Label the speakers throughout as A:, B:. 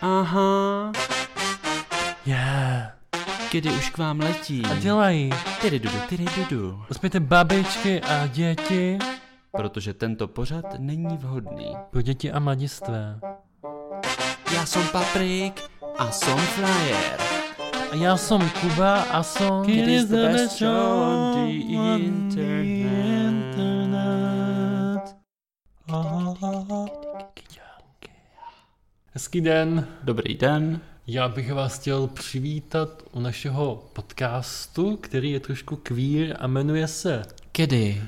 A: Aha,
B: Yeah.
A: kdy už k vám letí.
B: A dělají.
A: Tyry dudu, tyry dudu.
B: Uspějte babičky a děti.
A: Protože tento pořad není vhodný.
B: Pro děti a mladistvé.
A: Já jsem Paprik a jsem Flyer.
B: A já jsem Kuba a jsem...
A: It is the best show on the internet.
B: Hezký den.
A: Dobrý den.
B: Já bych vás chtěl přivítat u našeho podcastu, který je trošku queer a jmenuje se...
A: Kedy?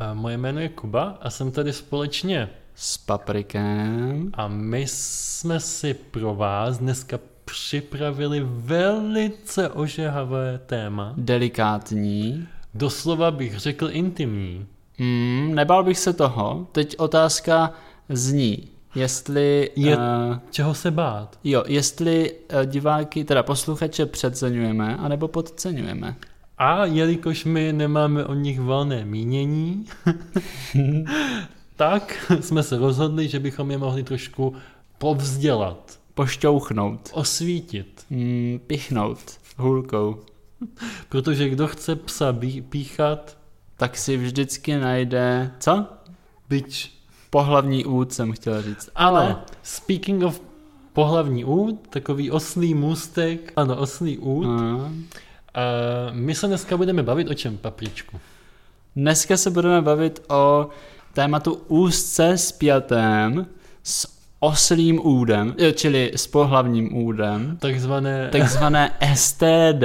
B: eh, Moje jméno je Kuba a jsem tady společně
A: S Paprikem.
B: A my jsme si pro vás dneska připravili velice ožehavé téma.
A: Delikátní.
B: Doslova bych řekl intimní.
A: Mm, nebál bych se toho. Teď otázka zní, jestli...
B: Je-
A: eh,
B: Čeho se bát?
A: Jo, jestli eh, diváky, teda posluchače přeceňujeme, anebo podceňujeme.
B: A jelikož my nemáme o nich valné mínění, tak jsme se rozhodli, že bychom je mohli trošku povzdělat,
A: Pošťouchnout.
B: osvítit.
A: Mm, pichnout. Hůlkou.
B: Protože kdo chce psa bí- píchat,
A: Tak si vždycky najde... Co?
B: byč
A: Pohlavní úd jsem chtěl říct.
B: Ale speaking of pohlavní út, takový oslý můstek, ano, oslý út, hmm.
A: A.
B: my se dneska budeme bavit o čem, papričku?
A: Dneska se budeme bavit o tématu úzce spjatém s oslým údem, jo, čili s pohlavním údem,
B: Takzvané tak...
A: takzvané STD,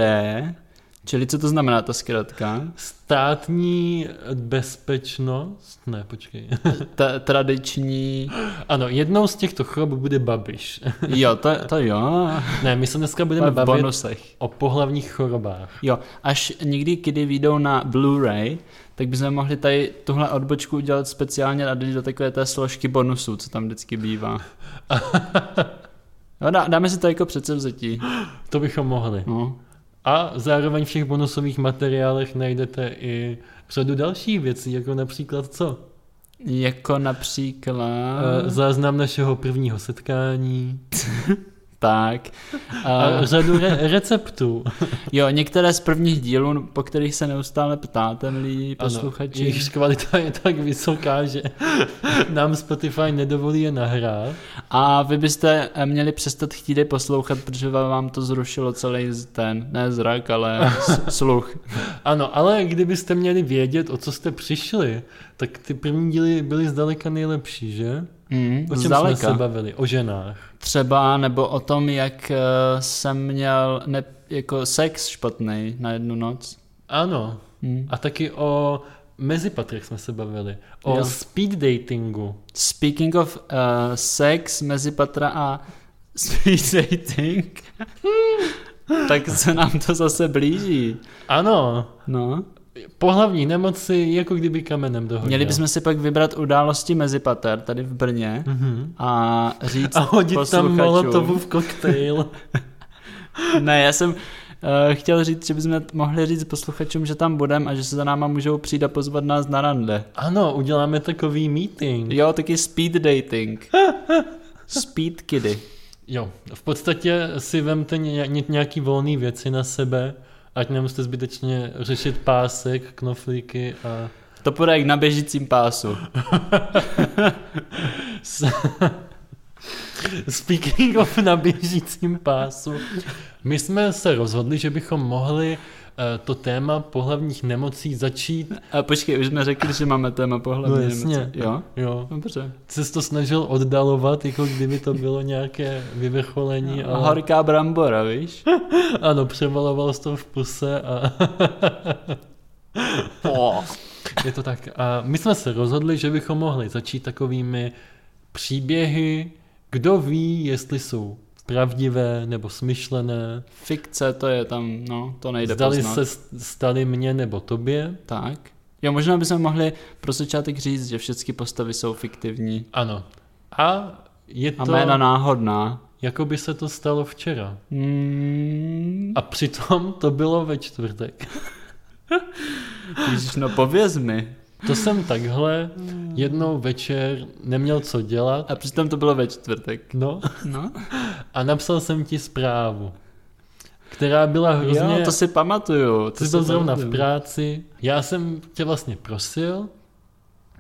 A: čili co to znamená ta zkratka?
B: státní bezpečnost, ne, počkej,
A: Ta tradiční,
B: ano, jednou z těchto chorob bude babiš.
A: jo, to, to jo,
B: ne, my se dneska
A: to je
B: budeme
A: v
B: bavit
A: bonusech.
B: o pohlavních chorobách.
A: Jo, až někdy, kdy vyjdou na Blu-ray, tak bychom mohli tady tuhle odbočku udělat speciálně a dát do takové té složky bonusů, co tam vždycky bývá. No, dá, dáme si to jako předsevzetí.
B: To bychom mohli.
A: No.
B: A zároveň v těch bonusových materiálech najdete i řadu dalších věcí, jako například co?
A: Jako například...
B: Eh, záznam našeho prvního setkání
A: tak.
B: a
A: Uh,
B: řadu re- receptů.
A: jo, některé z prvních dílů, po kterých se neustále ptáte, milí
B: Ano,
A: posluchači.
B: Jejichž kvalita je tak vysoká, že nám Spotify nedovolí je nahrát.
A: A vy byste eh, měli přestat chtít je poslouchat, protože vám to zrušilo celý z- ten, ne zrak, ale s- sluch.
B: Ano, ale kdybyste měli vědět, o co jste přišli, tak ty první díly byly zdaleka nejlepší, že?
A: Mm,
B: O čem
A: zdaleka.
B: jsme se bavili? O ženách.
A: Třeba nebo o tom, jak eh, jsem měl ne, jako sex špatný na jednu noc.
B: Ano.
A: Mm.
B: A taky o mezipatrech jsme se bavili. O
A: Jo.
B: speed datingu.
A: Speaking of uh, sex mezi patra a speed dating, tak se nám to zase blíží.
B: Ano.
A: No.
B: Pohlavní nemoci, jako kdyby kamenem dohodil.
A: Měli bychom si pak vybrat události mezi pater tady v Brně
B: Mhm.
A: a říct
B: A hodit tam
A: posluchačům-
B: molotovův koktejl.
A: Ne, já jsem uh, chtěl říct, že bychom mohli říct posluchačům, že tam budeme a že se za náma můžou přijít a pozvat nás na rande.
B: ano, uděláme takový meeting.
A: Jo, taky speed dating. Speed kiddy.
B: Jo, v podstatě si vemte ně- ně- nějaký volný věci na sebe, ať nemusíte zbytečně řešit pásek, knoflíky a
A: To půjde jak na běžícím pásu.
B: s- Speaking of na běžícím pásu, my jsme se rozhodli, že bychom mohli eh, to téma pohlavních nemocí začít.
A: A Eh, počkej, už jsme řekli, že máme téma pohlavní
B: No jasně.
A: nemoci. Jo? No,
B: Jo,
A: Dobře.
B: se to snažil oddalovat, jako kdyby to bylo nějaké vyvrcholení.
A: A horká brambora, víš?
B: Ano, převaloval jsi to v puse a Oh.
A: Po.
B: je to tak. A my jsme se rozhodli, že bychom mohli začít takovými příběhy, kdo ví, jestli jsou pravdivé nebo smyšlené,
A: Fikce, to je tam, no, to nejde
B: zdali
A: poznat.
B: se st- staly mně nebo tobě.
A: Tak. Jo, možná bychom mohli pro začátek říct, že všechny postavy jsou fiktivní.
B: Ano. A je to,
A: A jména náhodná.
B: jako by se to stalo včera.
A: Mm,
B: A přitom to bylo ve čtvrtek.
A: Ježiš, no pověz mi.
B: To jsem takhle jednou večer neměl co dělat.
A: A přitom to bylo ve čtvrtek.
B: No,
A: No,
B: a napsal jsem ti zprávu, která byla hrozně...
A: jo, to si pamatuju.
B: Ty jsi
A: si
B: byl zrovna v
A: pamatuju.
B: práci. Já jsem tě vlastně prosil,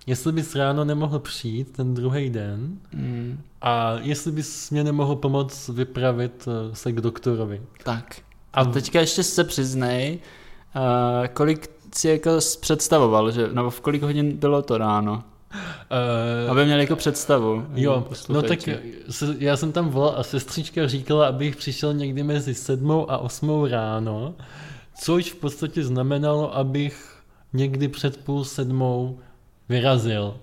B: jestli bys ráno nemohl přijít ten druhý den
A: Mm,
B: a jestli bys mě nemohl pomoct vypravit eh, se k doktorovi.
A: tak.
B: A
A: A
B: v-
A: teďka ještě se přiznej, uh, kolik si jako s- představoval, že, nebo v kolik hodin bylo to ráno,
B: Uh,
A: aby měl jako představu.
B: jo, no
A: posluchači.
B: tak se- já jsem tam volal a sestřička říkala, abych přišel někdy mezi sedmou a osmou ráno, což v podstatě znamenalo, abych někdy před půl sedmou vyrazil.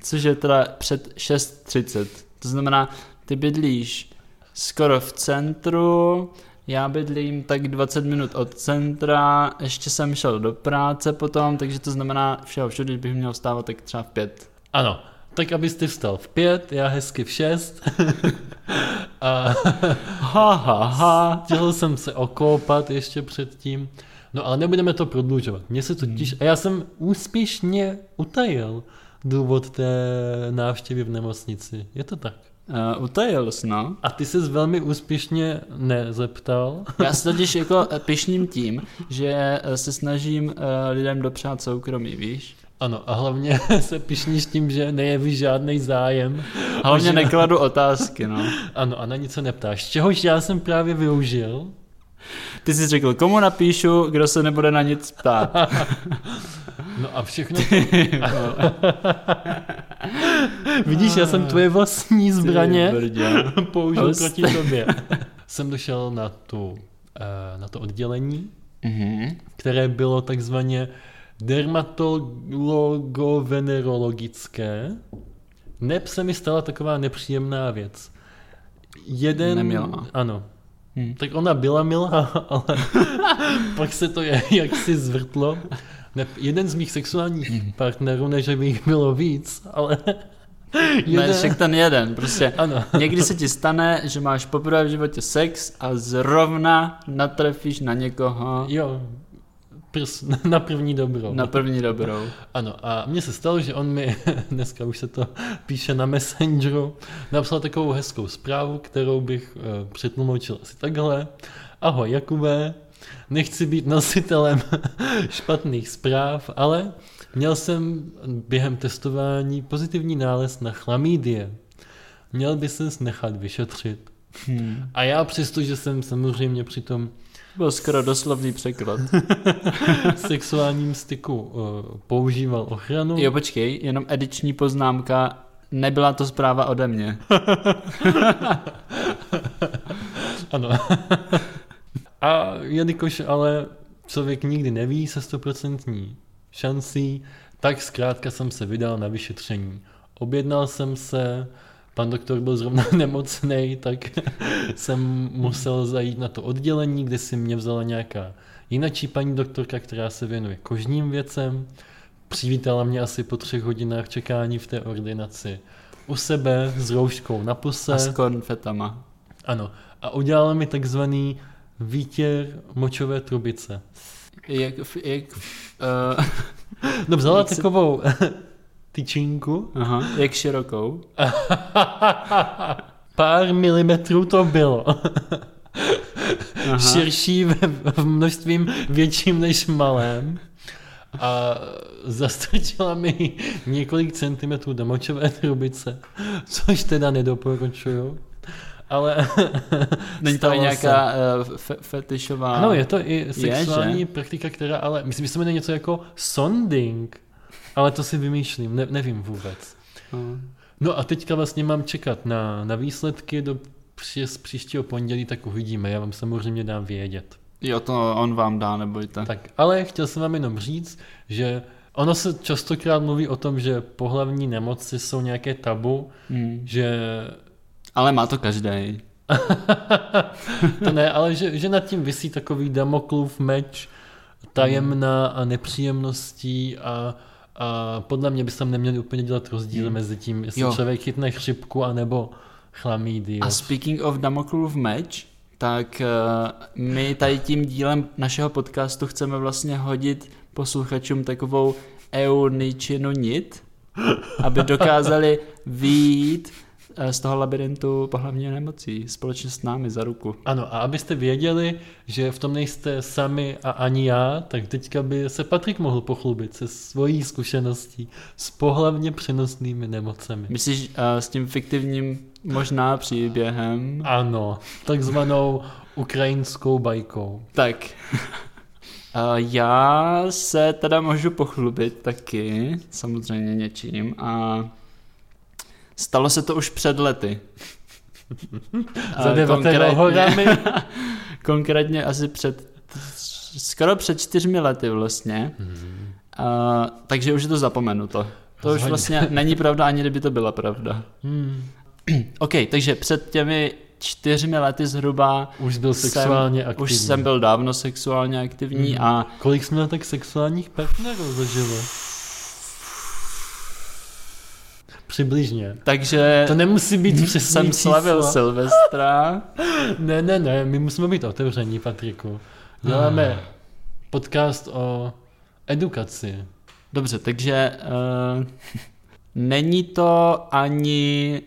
A: Což je teda před 6.30. To znamená, ty bydlíš skoro v centru, já bydlím tak 20 minut od centra, ještě jsem šel do práce potom, takže to znamená všeho všude, bych měl vstávat tak třeba v pět.
B: Ano, tak abyste vstal v pět, já hezky v šest. a
A: Ha, ha, ha.
B: chtěl jsem se okoupat ještě předtím. No ale nebudeme to prodlužovat. Mně se
A: Hmm.
B: totiž... A já jsem úspěšně utajil důvod té návštěvy v nemocnici. Je to tak.
A: Uh, utajil jsi, no.
B: A ty jsi velmi úspěšně nezeptal.
A: Já se totiž jako eh, pišním tím, že eh, se snažím eh, lidem dopřát soukromí, víš?
B: Ano, a hlavně se pišníš tím, že nejevíš žádný zájem.
A: Hlavně
B: Už-
A: nekladu otázky, no.
B: Ano, a na nic se neptáš. Čehož já jsem právě využil.
A: Ty jsi řekl, komu napíšu, kdo se nebude na nic ptát.
B: No a všechno... No. Vidíš, já jsem tvoje vlastní
A: Ty
B: zbraně
A: brďo.
B: Ah. použil
A: Host.
B: proti tobě. Jsem došel na, tu, eh, na to oddělení,
A: Mhm.
B: které bylo takzvaně dermatologovenerologické. Neb se mi stala taková nepříjemná věc. Jeden...
A: Nemilá.
B: Ano.
A: Hm.
B: Tak ona byla milá, ale pak se to je- jaksi zvrtlo. Ne, jeden z mých sexuálních partnerů, ne, že by jich bylo víc, ale
A: Hmm. Ne,
B: jeden,
A: však ten jeden, prostě.
B: ano,
A: Někdy se ti stane, že máš poprvé v životě sex a zrovna natrefíš na někoho
B: jo, prs, na první dobro.
A: na první dobrou.
B: Ano, a mně se stalo, že on mi, dneska už se to píše na Messengeru, napsal takovou hezkou zprávu, kterou bych eh, přetlumočil asi takhle. Ahoj Jakube, nechci být nositelem špatných zpráv, ale měl jsem během testování pozitivní nález na chlamídie. Měl by se nechat vyšetřit.
A: Hmm.
B: A já přesto, že jsem samozřejmě při tom
A: Byl skoro doslovný překlad.
B: sexuálním styku eh, používal ochranu.
A: Jo, počkej, jenom ediční poznámka. Nebyla to zpráva ode mě.
B: Ano. A jelikož ale člověk nikdy neví se stoprocentní šancí, tak zkrátka jsem se vydal na vyšetření. Objednal jsem se, pan doktor byl zrovna nemocný, tak jsem musel zajít na to oddělení, kde si mě vzala nějaká jinačí paní doktorka, která se věnuje kožním věcem. Přivítala mě asi po třech hodinách čekání v té ordinaci u sebe s rouškou na puse.
A: A s konfetama.
B: Ano. A udělala mi takzvaný výtěr močové trubice.
A: Jak, jak, uh,
B: No vzala
A: Jak se-
B: takovou tyčinku.
A: aha, jak širokou?
B: Pár milimetrů to bylo.
A: Aha.
B: Širší ve, v množstvím větším než malém. A zastrčila mi několik centimetrů do močové trubice, což teda nedoporučuju. Ale
A: Není to i
B: stalo se.
A: nějaká uh, fe, fetišová...
B: Ano, je to i sexuální je, praktika, která ale, myslím, že se jmenuje něco jako sonding, ale to si vymýšlím, ne, nevím vůbec.
A: No.
B: No a teďka vlastně mám čekat na, na výsledky do při, z příštího pondělí, tak uvidíme, já vám samozřejmě dám vědět.
A: Jo, to on vám dá, nebojte.
B: Tak, ale chtěl jsem vám jenom říct, že ono se častokrát mluví o tom, že pohlavní nemoci jsou nějaké tabu,
A: Hmm.
B: že
A: Ale má to každý.
B: to ne, ale že, že nad tím visí takový Damoklův meč tajemná a nepříjemností a, a podle mě by se tam neměli úplně dělat rozdíl
A: Hmm.
B: mezi tím, jestli
A: Jo.
B: člověk chytne chřipku anebo chlamídy.
A: A speaking of Damoklův meč, tak eh, my tady tím dílem našeho podcastu chceme vlastně hodit posluchačům takovou euničinu nit, aby dokázali výjít eh, z toho labirintu pohlavního nemocí společně s námi za ruku.
B: Ano, a abyste věděli, že v tom nejste sami a ani já, tak teďka by se Patrik mohl pochlubit se svojí zkušeností s pohlavně přenosnými nemocemi.
A: Myslíš eh, s tím fiktivním možná příběhem?
B: Ano, takzvanou ukrajinskou bajkou.
A: Tak. A Já se teda můžu pochlubit taky, samozřejmě něčím a stalo se to už před lety. A
B: Za devatero
A: konkrétně-
B: horami.
A: Konkrétně asi před skoro před čtyřmi lety vlastně. A, takže už je to zapomenuto. To už
B: Hmm. Rozhodně.
A: vlastně není pravda, ani kdyby to byla pravda.
B: Hmm.
A: OK, takže před těmi čtyřmi lety zhruba
B: Už byl
A: Jsem-
B: sexuálně aktivní.
A: už jsem byl dávno sexuálně aktivní
B: Mhm.
A: a
B: Kolik jsi měl tak sexuálních partnerů zažilo? Přibližně.
A: takže
B: To nemusí být přesný
A: jsem
B: číslo.
A: slavil Silvestra.
B: Ne, ne, ne, my musíme být otevření, Patriku. Děláme
A: Ah.
B: podcast o edukaci.
A: Dobře, takže uh, není to ani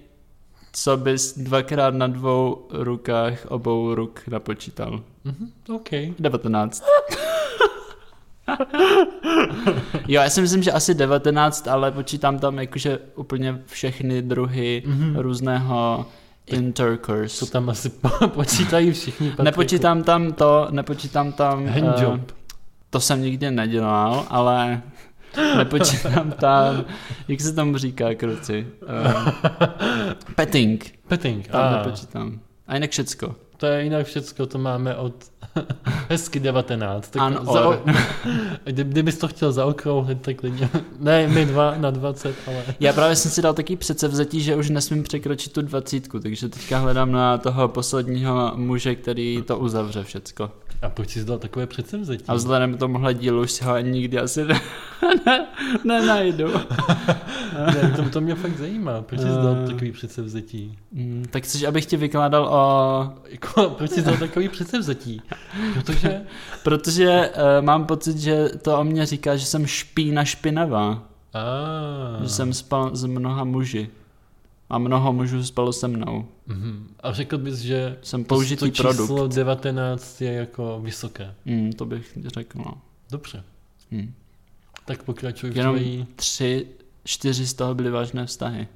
A: co bys dvakrát na dvou rukách obou ruk napočítal.
B: Mhm, OK.
A: 19. jo, já si myslím, že asi 19, ale počítám tam jakože úplně všechny druhy
B: Mhm.
A: různého
B: To
A: intercourse.
B: tam asi po- počítají všichni, Patriku.
A: Nepočítám tam to, nepočítám tam... eh,
B: Handjob.
A: To jsem nikdy nedělal, ale nepočítám tam, jak se tomu říká, kruci. Uh, petting,
B: Petting.
A: tam
B: A,
A: nepočítám. A jinak všecko.
B: ah. to je jinak všecko, to máme od hezky 19. Tak
A: An
B: za-
A: or.
B: kdy- Kdybys to chtěl zaokrouhlit, tak klidně. Ne, my dva na 20, ale...
A: Já právě jsem si dal taky předsevzetí, že už nesmím překročit tu dvacítku, takže teďka hledám na toho posledního muže, který to uzavře všecko.
B: A proč jsi dal takové předsevzetí?
A: A vzhledem k tomuhle dílu už si ho ani nikdy asi ne, ne, nenajdu.
B: Ne, to, to mě fakt zajímá, proč jsi
A: Eh.
B: dal takový předsevzetí?
A: Mm, tak chceš, abych ti vykládal o
B: Jako, proč jsi dal takový předsevzetí? Protože
A: Protože uh, mám pocit, že to o mě říká, že jsem špína špinavá.
B: A.
A: Že jsem spal s mnoha muži. A mnoho mužů spalo se mnou.
B: Mhm. A řekl bys, že
A: Jsem
B: to,
A: použitý
B: to
A: to produkt.
B: číslo 19 je jako vysoké.
A: Mm, to bych řekl. No.
B: Dobře,
A: Mm.
B: tak pokračuj v
A: Jenom
B: tvojí...
A: tři, čtyři z toho byly vážné vztahy.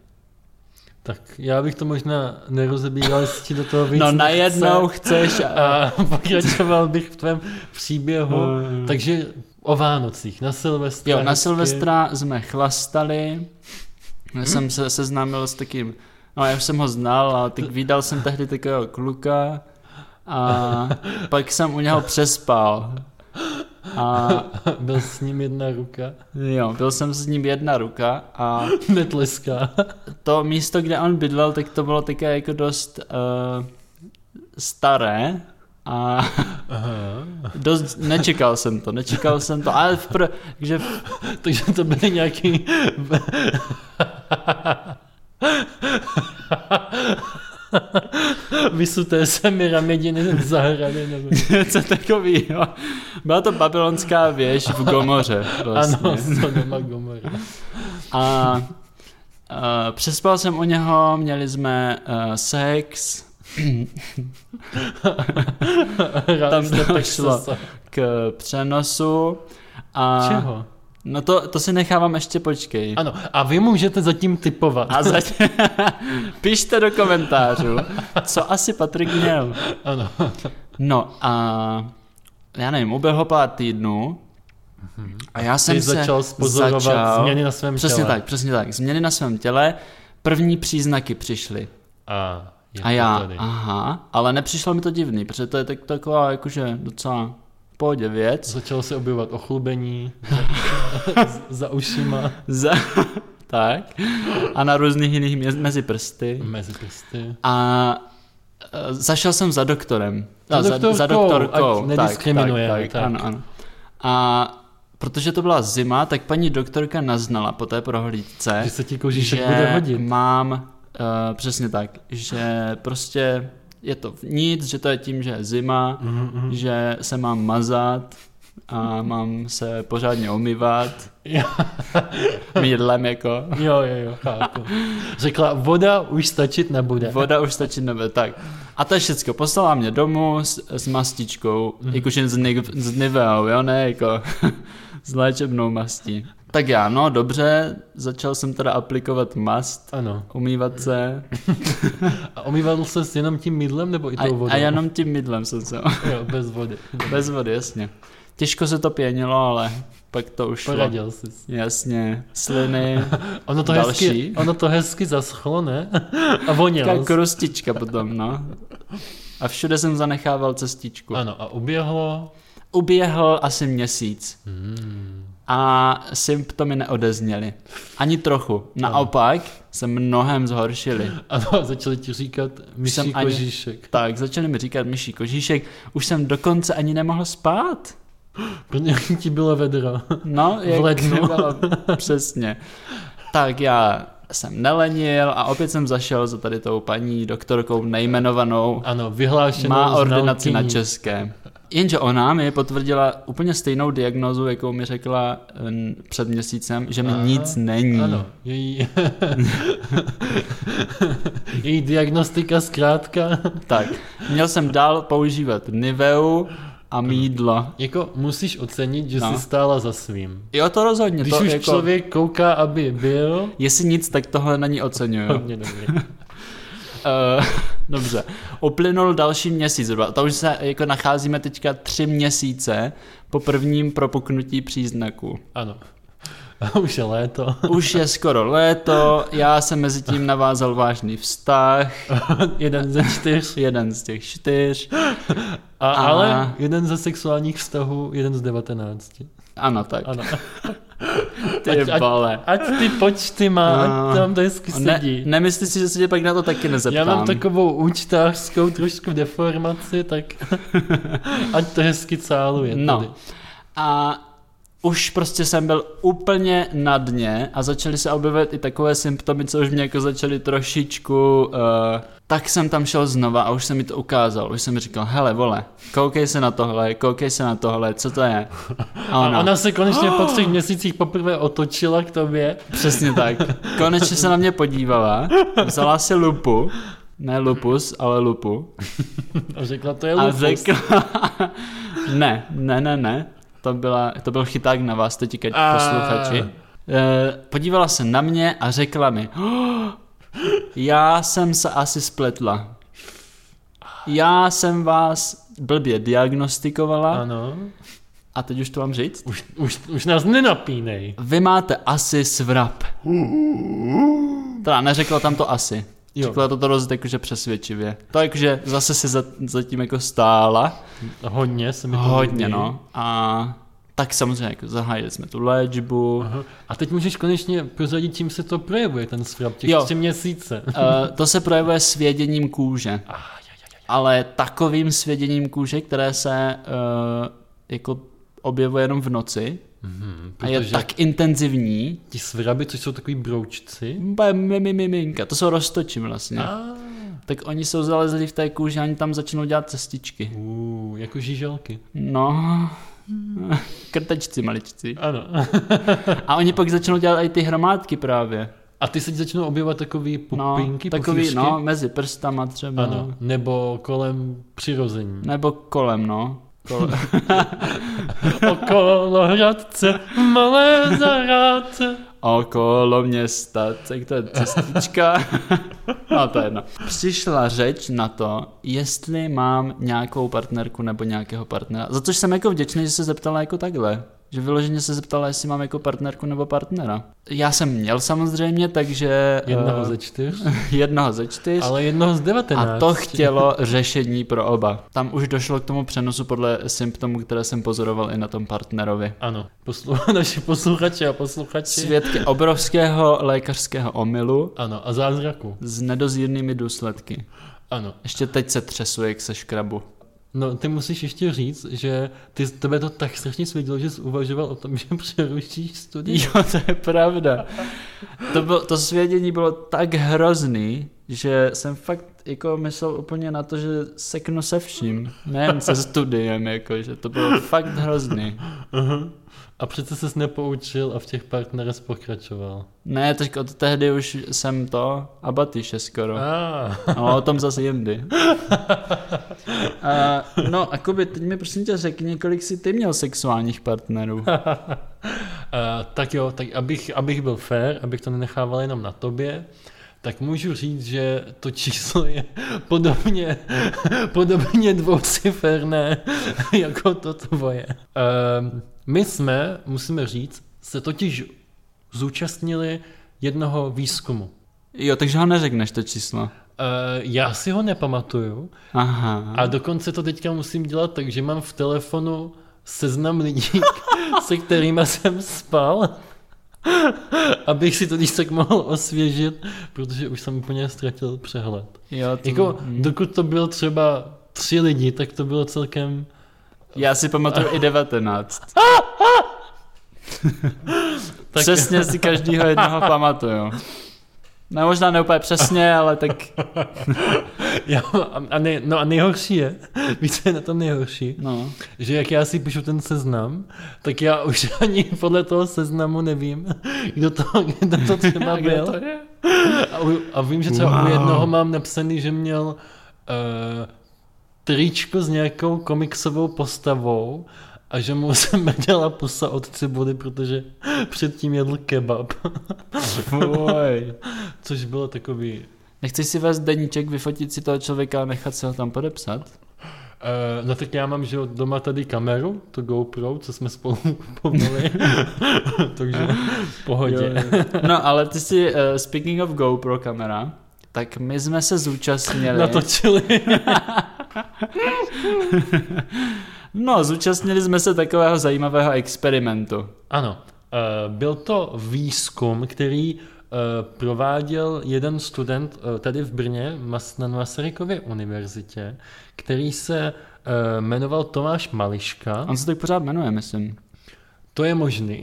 B: Tak já bych to možná nerozebíral, jestli ti do toho víc
A: no
B: nechce.
A: najednou chceš... A...
B: A pokračoval bych v tvém příběhu.
A: Hmm.
B: Takže o Vánocích, na Silvestra.
A: Jo, na
B: hezky.
A: Silvestra jsme chlastali. Já jsem se seznámil s takým... No já už jsem ho znal, ale tak vydal jsem tehdy takového kluka. A pak jsem u něho přespal. A
B: Byl s ním jedna ruka,
A: jo, byl jsem s ním jedna ruka a
B: netleská.
A: to místo, kde on bydlel, tak to bylo také jako dost uh, staré a
B: Aha.
A: dost, nečekal jsem to, nečekal jsem to, ale v pr- že v,
B: Takže to byly nějaký... Vysuté se mi ramědiny v zahradě. Nebo...
A: něco takového. Byla to babylonská věž v Gomoře vlastně.
B: Ano, Sodoma Gomora.
A: A uh, přespal jsem u něho, měli jsme uh, sex, Tam
B: Rád jste
A: to
B: tak
A: šlo.
B: sesa.
A: k přenosu. A
B: Čeho?
A: No to, to si nechávám ještě počkej.
B: Ano, a vy můžete zatím typovat.
A: A zatím pište do komentářů, co asi Patrik měl.
B: Ano.
A: No a já nevím, uběhlo pár týdnů a já jsem
B: Ty
A: se
B: začal spozorovat
A: začal-
B: změny na svém
A: Přesně
B: těle.
A: tak, přesně tak. Změny na svém těle, první příznaky přišly.
B: A, je
A: A já,
B: to tady.
A: aha, ale nepřišlo mi to divný, protože to je tak, taková jakože docela v pohodě věc.
B: Začalo se objevovat ochlubení za, za ušima,
A: Za, tak. A na různých jiných mě- mezi prsty.
B: mezi prsty.
A: A e, zašel jsem za doktorem. No,
B: Za
A: za, za
B: doktorkou,
A: doktorkou.
B: ať nediskriminujeme, tak.
A: Ano, ano. A protože to byla zima, tak paní doktorka naznala po té prohlídce,
B: Že se ti kožíšek
A: že
B: bude hodit.
A: mám, uh, přesně tak, že prostě je to nic, že to je tím, že je zima,
B: Mhm, mhm.
A: že se mám mazat, a mám se pořádně omývat
B: Jo,
A: mídlem jako.
B: jo, jo, chápu. Řekla, voda už stačit nebude.
A: Voda už stačí nebe, tak. A to je všecko. Poslala mě domů s, s mastičkou,
B: Mhm.
A: mm. jakože z, Niv- z Niveou, jo, ne, jako s léčebnou mastí. Tak já, no dobře, začal jsem teda aplikovat mast,
B: Ano.
A: umývat se
B: A omýval se jenom tím mydlem nebo i
A: a,
B: tou vodou?
A: a jenom tím mydlem jsem se,
B: Jo, bez vody.
A: bez vody, jasně. Těžko se to pěnilo, ale pak to už šlo.
B: Poradil jsi. si.
A: Jasně, sliny,
B: Ono to,
A: Další.
B: hezky, ono to hezky zaschlo, ne? A vonělo.
A: taková
B: se.
A: krustička potom, no. A všude jsem zanechával cestičku.
B: Ano, a uběhlo.
A: Uběhl asi měsíc.
B: Hmm.
A: a symptomy neodezněly. Ani trochu. Naopak se mnohem zhoršily.
B: Ano, začali ti říkat myší
A: jsem ani-
B: kožíšek.
A: Tak, začali mi říkat myší kožíšek, už jsem dokonce ani nemohl spát.
B: Protože ti bylo vedro.
A: No, jak
B: V lednu.
A: bylo, přesně. Tak já jsem nelenil a opět jsem zašel za tady tou paní doktorkou nejmenovanou.
B: Ano, vyhlášenou
A: Má ordinaci na
B: znalkyní.
A: české. Jenže ona mi potvrdila úplně stejnou diagnózu, jakou mi řekla em, před měsícem, že mi
B: Aha,
A: nic není.
B: Ano, její... její diagnostika zkrátka.
A: Tak, měl jsem dál používat Niveu a mídlo.
B: Jako musíš ocenit, že
A: No.
B: jsi stála za svým.
A: Jo, to rozhodně.
B: Když
A: to
B: už
A: jako,
B: člověk kouká, aby byl,
A: Jestli nic, tak tohle na ní oceňuju. uh,
B: hodně dobrý.
A: dobře. Uplynul další měsíc zhruba. To už se jako nacházíme teďka tři měsíce po prvním propuknutí příznaků.
B: Ano. Už je léto.
A: Už je skoro léto, já jsem mezi tím navázal vážný vztah,
B: jeden ze čtyř.
A: jeden z těch čtyř.
B: A,
A: A-
B: Ale jeden ze sexuálních vztahů, jeden z devatenácti.
A: Ano, tak.
B: Ano.
A: Ty
B: ať- ať-
A: vole.
B: Ať ty počty má,
A: No.
B: ať tam to hezky
A: Ne,
B: sedí.
A: nemyslíš si, že se tě pak na to taky nezeptám?
B: Já mám takovou účtářskou trošku deformaci, tak ať to hezky cáluje.
A: No.
B: Tady.
A: A už prostě jsem byl úplně na dně a začaly se objevovat i takové symptomy, co už mě jako začaly trošičku... Uh, tak jsem tam šel znova a už jsem mi to ukázal. Už jsem mi říkal, hele vole, koukej se na tohle, koukej se na tohle, co to je? A
B: A
A: ona,
B: ona se konečně po třech měsících poprvé otočila k tobě.
A: přesně tak. Konečně se na mě podívala, vzala si lupu, ne lupus, ale lupu.
B: A řekla, to je
A: A
B: lupus.
A: řekla, ne, ne, ne, ne, to, byla, to byl chyták na vás teďka
B: A.
A: posluchači. E, podívala se na mě a řekla mi, "Oh, já jsem se asi spletla. Já jsem vás blbě diagnostikovala
B: Ano.
A: a teď už to mám říct.
B: Už, už, už nás nenapínej.
A: Vy máte asi svrap. Teda neřekla tam to asi.
B: Jo.
A: Řekla to, to dost jakože přesvědčivě. To jakože zase si za, zatím jako stála.
B: Hodně se mi to
A: Hodně,
B: líbí.
A: no. A tak samozřejmě jako zahájili jsme tu léčbu.
B: Aha. A teď můžeš konečně prozradit, čím se to projevuje, ten svrap těch
A: Jo.
B: tři měsíce.
A: Eh, to se projevuje svěděním kůže,
B: Ah, jaj, jaj, jaj.
A: ale takovým svěděním kůže, které se eh, jako objevuje jenom v noci
B: Mhm,
A: a je
B: protože
A: tak intenzivní.
B: ti svraby, což jsou takový broučci.
A: Mbe, mi, mi, mi, minka, To jsou roztoči vlastně.
B: Ah.
A: Tak oni jsou zalezli v té kůži a oni tam začnou dělat cestičky.
B: Uh, jako žíželky.
A: No, krtečci maličci.
B: Ano.
A: A oni pak začnou dělat i ty hromádky právě.
B: A ty se ti začnou objevovat takový
A: No,
B: pupinky,
A: takový,
B: pufířky?
A: no, mezi prstama třeba.
B: Ano, nebo kolem přirození.
A: Nebo kolem, no. Kolem.
B: Okolo hradce, malé zahrádce.
A: Okolo města, tak to je cestička. no to je jedno. Přišla řeč na to, jestli mám nějakou partnerku nebo nějakého partnera. Za což jsem jako vděčný, že se zeptala jako takhle. Že vyloženě se zeptala, jestli mám jako partnerku nebo partnera. Já jsem měl samozřejmě, takže...
B: Jednoho
A: eh,
B: ze čtyř,
A: jednoho ze čtyř.
B: ale jednoho z devatenácti.
A: A to chtělo řešení pro oba. Tam už došlo k tomu přenosu podle symptomů, které jsem pozoroval i na tom partnerovi.
B: Ano, poslu... naši posluchači a posluchači.
A: Svědky obrovského lékařského omylu
B: Ano, a zázraku.
A: s nedozírnými důsledky.
B: Ano.
A: Ještě teď se třesu, jak se škrabu.
B: No, ty musíš ještě říct, že ty, tebe to tak strašně svědilo, že jsi uvažoval o tom, že přerušíš studium.
A: Jo, to je pravda. To, bylo, to svědění bylo tak hrozný, že jsem fakt jako myslel úplně na to, že seknu se vším, nejen se studiem, jako, že to bylo fakt hrozný.
B: Aha. A přece ses nepoučil a v těch partnerech pokračoval.
A: Ne, tak od tehdy už jsem to, abatyše skoro.
B: Ah.
A: No, o tom zase jindy. A, no, a Kubi, teď mi prosím tě řekni, kolik jsi ty měl sexuálních partnerů.
B: Eh, tak jo, tak abych, abych byl fair, abych to nenechával jenom na tobě, tak můžu říct, že to číslo je podobně, podobně dvouciferné jako to tvoje. Ehm, My jsme, musíme říct, se totiž zúčastnili jednoho výzkumu.
A: Jo, takže ho neřekneš to číslo.
B: Eh, Já si ho nepamatuju,
A: Aha.
B: a dokonce to teďka musím dělat tak, že mám v telefonu seznam lidí, se kterými jsem spal, abych si to dísek mohl osvěžit, protože už jsem úplně ztratil přehled.
A: Jo, to...
B: Jako,
A: hm.
B: dokud to bylo třeba tři lidi, tak to bylo celkem...
A: Já si pamatuju i 19.
B: Tak,
A: Přesně si každýho jednoho pamatuju. No možná ne úplně přesně, ale tak
B: Já, a, a nej, no a nejhorší je, víš, co je na tom nejhorší?
A: no.
B: že jak já si píšu ten seznam, tak já už ani podle toho seznamu nevím, kdo to, kdo to třeba
A: Kdo
B: byl.
A: to
B: A, u, a vím, že třeba wow. u
A: Wow.
B: jednoho mám napsaný, že měl uh, tričko s nějakou komiksovou postavou a že mu se mrděla pusa od cibuli, protože předtím jedl kebab,
A: Fuj.
B: což bylo takový...
A: Nechceš si vést deníček, vyfotit si toho člověka a nechat se ho tam podepsat?
B: Uh, no tak já mám, že jo, doma tady kameru, to GoPro, co jsme spolu kupovali, takže v pohodě.
A: No ale ty si, uh, speaking of GoPro kamera, tak my jsme se zúčastnili.
B: natočili.
A: No, zúčastnili jsme se takového zajímavého experimentu.
B: Ano, eh, byl to výzkum, který eh, prováděl jeden student eh, tady v Brně Mas- na Masarykově univerzitě, který se eh, jmenoval Tomáš Mališka.
A: On se tak pořád jmenuje, myslím.
B: To je možný.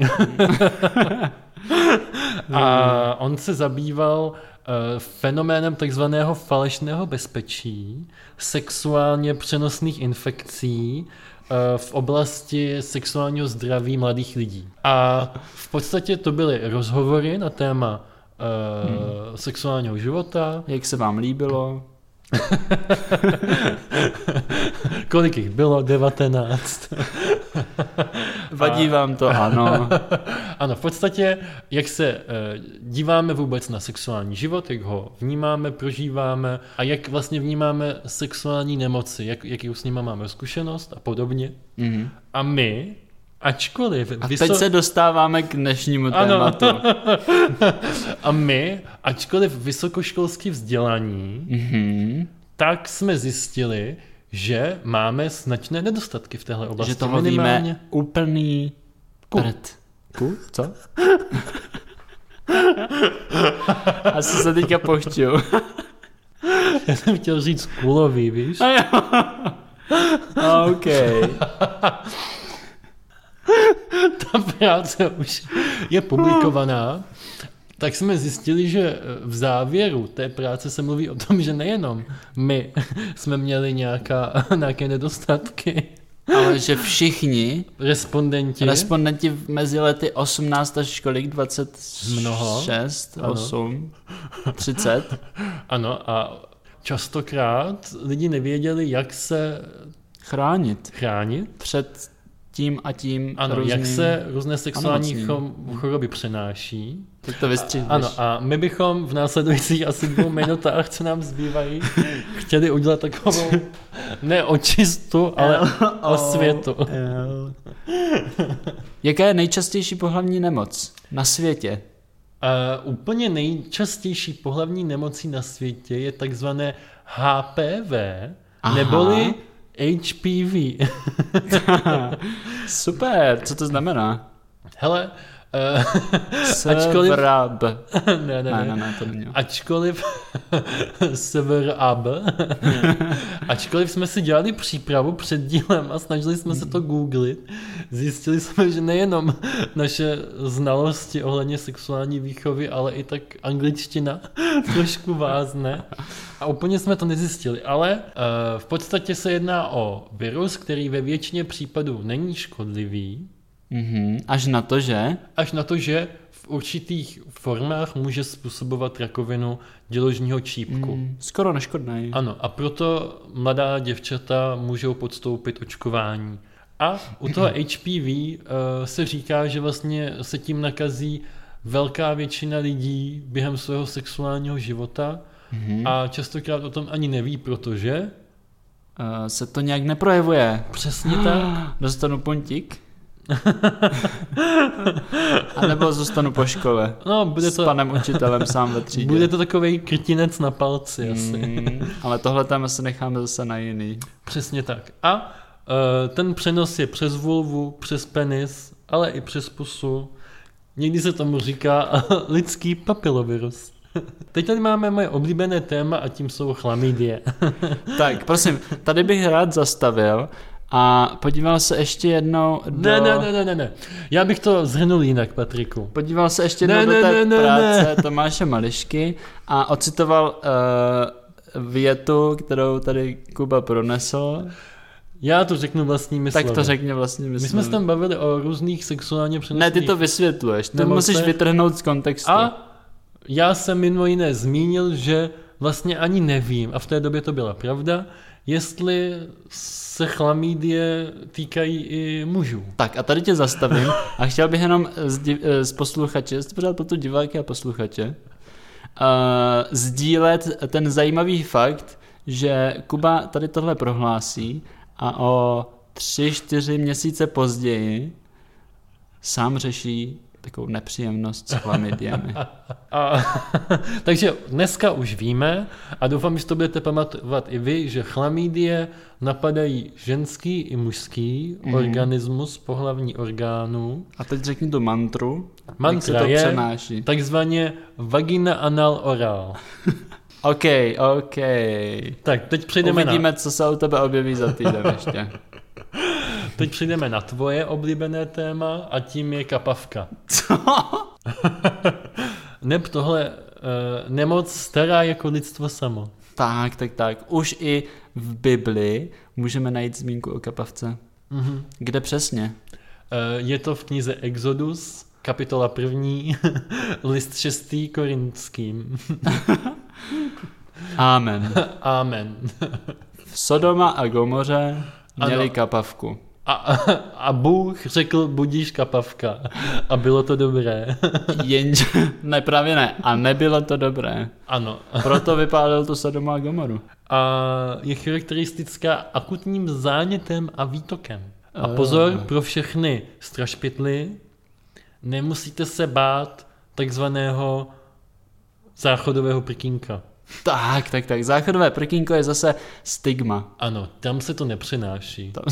B: A on se zabýval eh, fenoménem takzvaného falešného bezpečí, sexuálně přenosných infekcí eh, v oblasti sexuálního zdraví mladých lidí. A v podstatě to byly rozhovory na téma eh, sexuálního života,
A: Jak se vám líbilo?
B: kolik jich bylo, 19.
A: Vadí vám to? Ano.
B: Ano, v podstatě, jak se eh, díváme vůbec na sexuální život, jak ho vnímáme, prožíváme a jak vlastně vnímáme sexuální nemoci, jak, jaký s nimi máme zkušenost a podobně.
A: Mhm.
B: A my, ačkoliv,
A: A teď se dostáváme k dnešnímu
B: Ano.
A: tématu.
B: a my, ačkoliv vysokoškolský vzdělaní,
A: Mhm.
B: tak jsme zjistili, že máme značné nedostatky v téhle oblasti.
A: Že toho víme úplný
B: Ku.
A: prd. Ku? Co? Asi se teďka pochtil.
B: Já jsem chtěl říct kulový, víš?
A: A jo. OK.
B: ta práce už je publikovaná, tak jsme zjistili, že v závěru té práce se mluví o tom, že nejenom my jsme měli nějaká, nějaké nedostatky,
A: Ale že všichni
B: respondenti,
A: respondenti v- mezi lety 18 až kolik? 26,
B: Mnoho.
A: 8, 30.
B: ano, a častokrát lidi nevěděli, jak se
A: Chránit
B: chránit,
A: před tím a tím
B: ano,
A: různým...
B: jak se různé sexuální
A: Onemocnění.
B: chom- choroby přenáší.
A: Teď to vystřihneš.
B: Ano, a my bychom v následujících asi dvou minutách, co nám zbývají, chtěli udělat takovou ne očistu, ale osvětu.
A: Jaká je nejčastější pohlavní nemoc na světě?
B: Uh, úplně nejčastější pohlavní nemocí na světě je takzvané HPV, Aha.
A: Aha.
B: neboli HPV.
A: Super, co to znamená?
B: Hele, Eh, Ačkoliv-
A: Severab.
B: ne, ne,
A: Ne, ne,
B: ne.
A: ne, to není.
B: Ačkoliv Sever AB, ačkoliv jsme si dělali přípravu před dílem a snažili jsme se to googlit, zjistili jsme, že nejenom naše znalosti ohledně sexuální výchovy, ale i tak angličtina trošku vázne. A úplně jsme to nezjistili, ale eh, v podstatě se jedná o virus, který ve většině případů není škodlivý,
A: Mhm, Až na to, že?
B: Až na to, že v určitých formách může způsobovat rakovinu děložního čípku. Mm.
A: Mm, Skoro neškodný.
B: Ano, a proto mladá děvčata můžou podstoupit očkování. A u toho HPV eh, se říká, že vlastně se tím nakazí velká většina lidí během svého sexuálního života
A: Mhm.
B: a častokrát o tom ani neví, protože
A: Eh, Se to nějak neprojevuje.
B: přesně tak.
A: Dostanu puntík? A nebo zůstanu po škole?
B: No, bude
A: S
B: to,
A: panem učitelem sám ve třídě.
B: bude to takový krtinec na palci asi.
A: Mm, ale tohle tam asi necháme zase na jiný.
B: Přesně tak. A e, ten přenos je přes vulvu, přes penis, ale i přes pusu. Někdy se tomu říká lidský papilovirus. Teď tady máme moje oblíbené téma a tím jsou chlamidie.
A: Tak, prosím, tady bych rád zastavil a podíval se ještě jednou do...
B: Ne, ne, ne, ne, ne, ne. Já bych to zhrnul jinak, Patriku.
A: Podíval se ještě jednou
B: Ne,
A: do
B: ne,
A: té
B: ne, ne,
A: práce Tomáše Mališky a ocitoval uh, větu, kterou tady Kuba pronesl.
B: Já to řeknu vlastními
A: Tak
B: slovy.
A: to řekně vlastně
B: My jsme se tam bavili o různých sexuálně
A: Ne,
B: přenosných...
A: ty to vysvětluješ, ty
B: Nemoc
A: musíš
B: se-
A: vytrhnout z kontextu.
B: A já jsem mimo jiné zmínil, že vlastně ani nevím, a v té době to byla pravda, jestli se chlamídie týkají i mužů.
A: Tak a tady tě zastavím a chtěl bych jenom z, div- eh, z posluchače, jestli pořád pro tu diváky a posluchače, uh, sdílet ten zajímavý fakt, že Kuba tady tohle prohlásí a o tři, čtyři měsíce později sám řeší takovou nepříjemnost s chlamydiemi.
B: A, takže dneska už víme a doufám, že to budete pamatovat i vy, že chlamídie napadají ženský i mužský mm. organismus, pohlavní orgánů.
A: A teď řekni tu mantru, jak se
B: Mantra
A: to
B: je
A: přenáší.
B: takzvaně vagina anal oral.
A: OK, OK.
B: Tak, teď přejdeme na...
A: Uvidíme, co se u tebe objeví za týden ještě.
B: Teď přijdeme na tvoje oblíbené téma a tím je kapavka.
A: Co?
B: Neb tohle eh, nemoc stará jako lidstvo samo.
A: Tak, tak, tak. Už i v Bibli můžeme najít zmínku o kapavce.
B: Mhm.
A: Kde přesně?
B: Eh, je to v knize Exodus, kapitola první, list šestý korinským.
A: Amen.
B: Amen.
A: V Sodoma a Gomoře měli
B: Ano.
A: kapavku.
B: A, a, a Bůh řekl, budíš kapavka. A bylo to dobré.
A: Jenže, ne, právě ne. A nebylo to dobré.
B: Ano.
A: Proto vypálil tu Sodoma a Gomoru.
B: A je charakteristická akutním zánětem a výtokem. A pozor pro všechny strašpitly, nemusíte se bát takzvaného záchodového prkínka.
A: Tak, tak, tak. Záchodové prkínko je zase stigma.
B: Ano, tam se to nepřenáší.
A: Tam...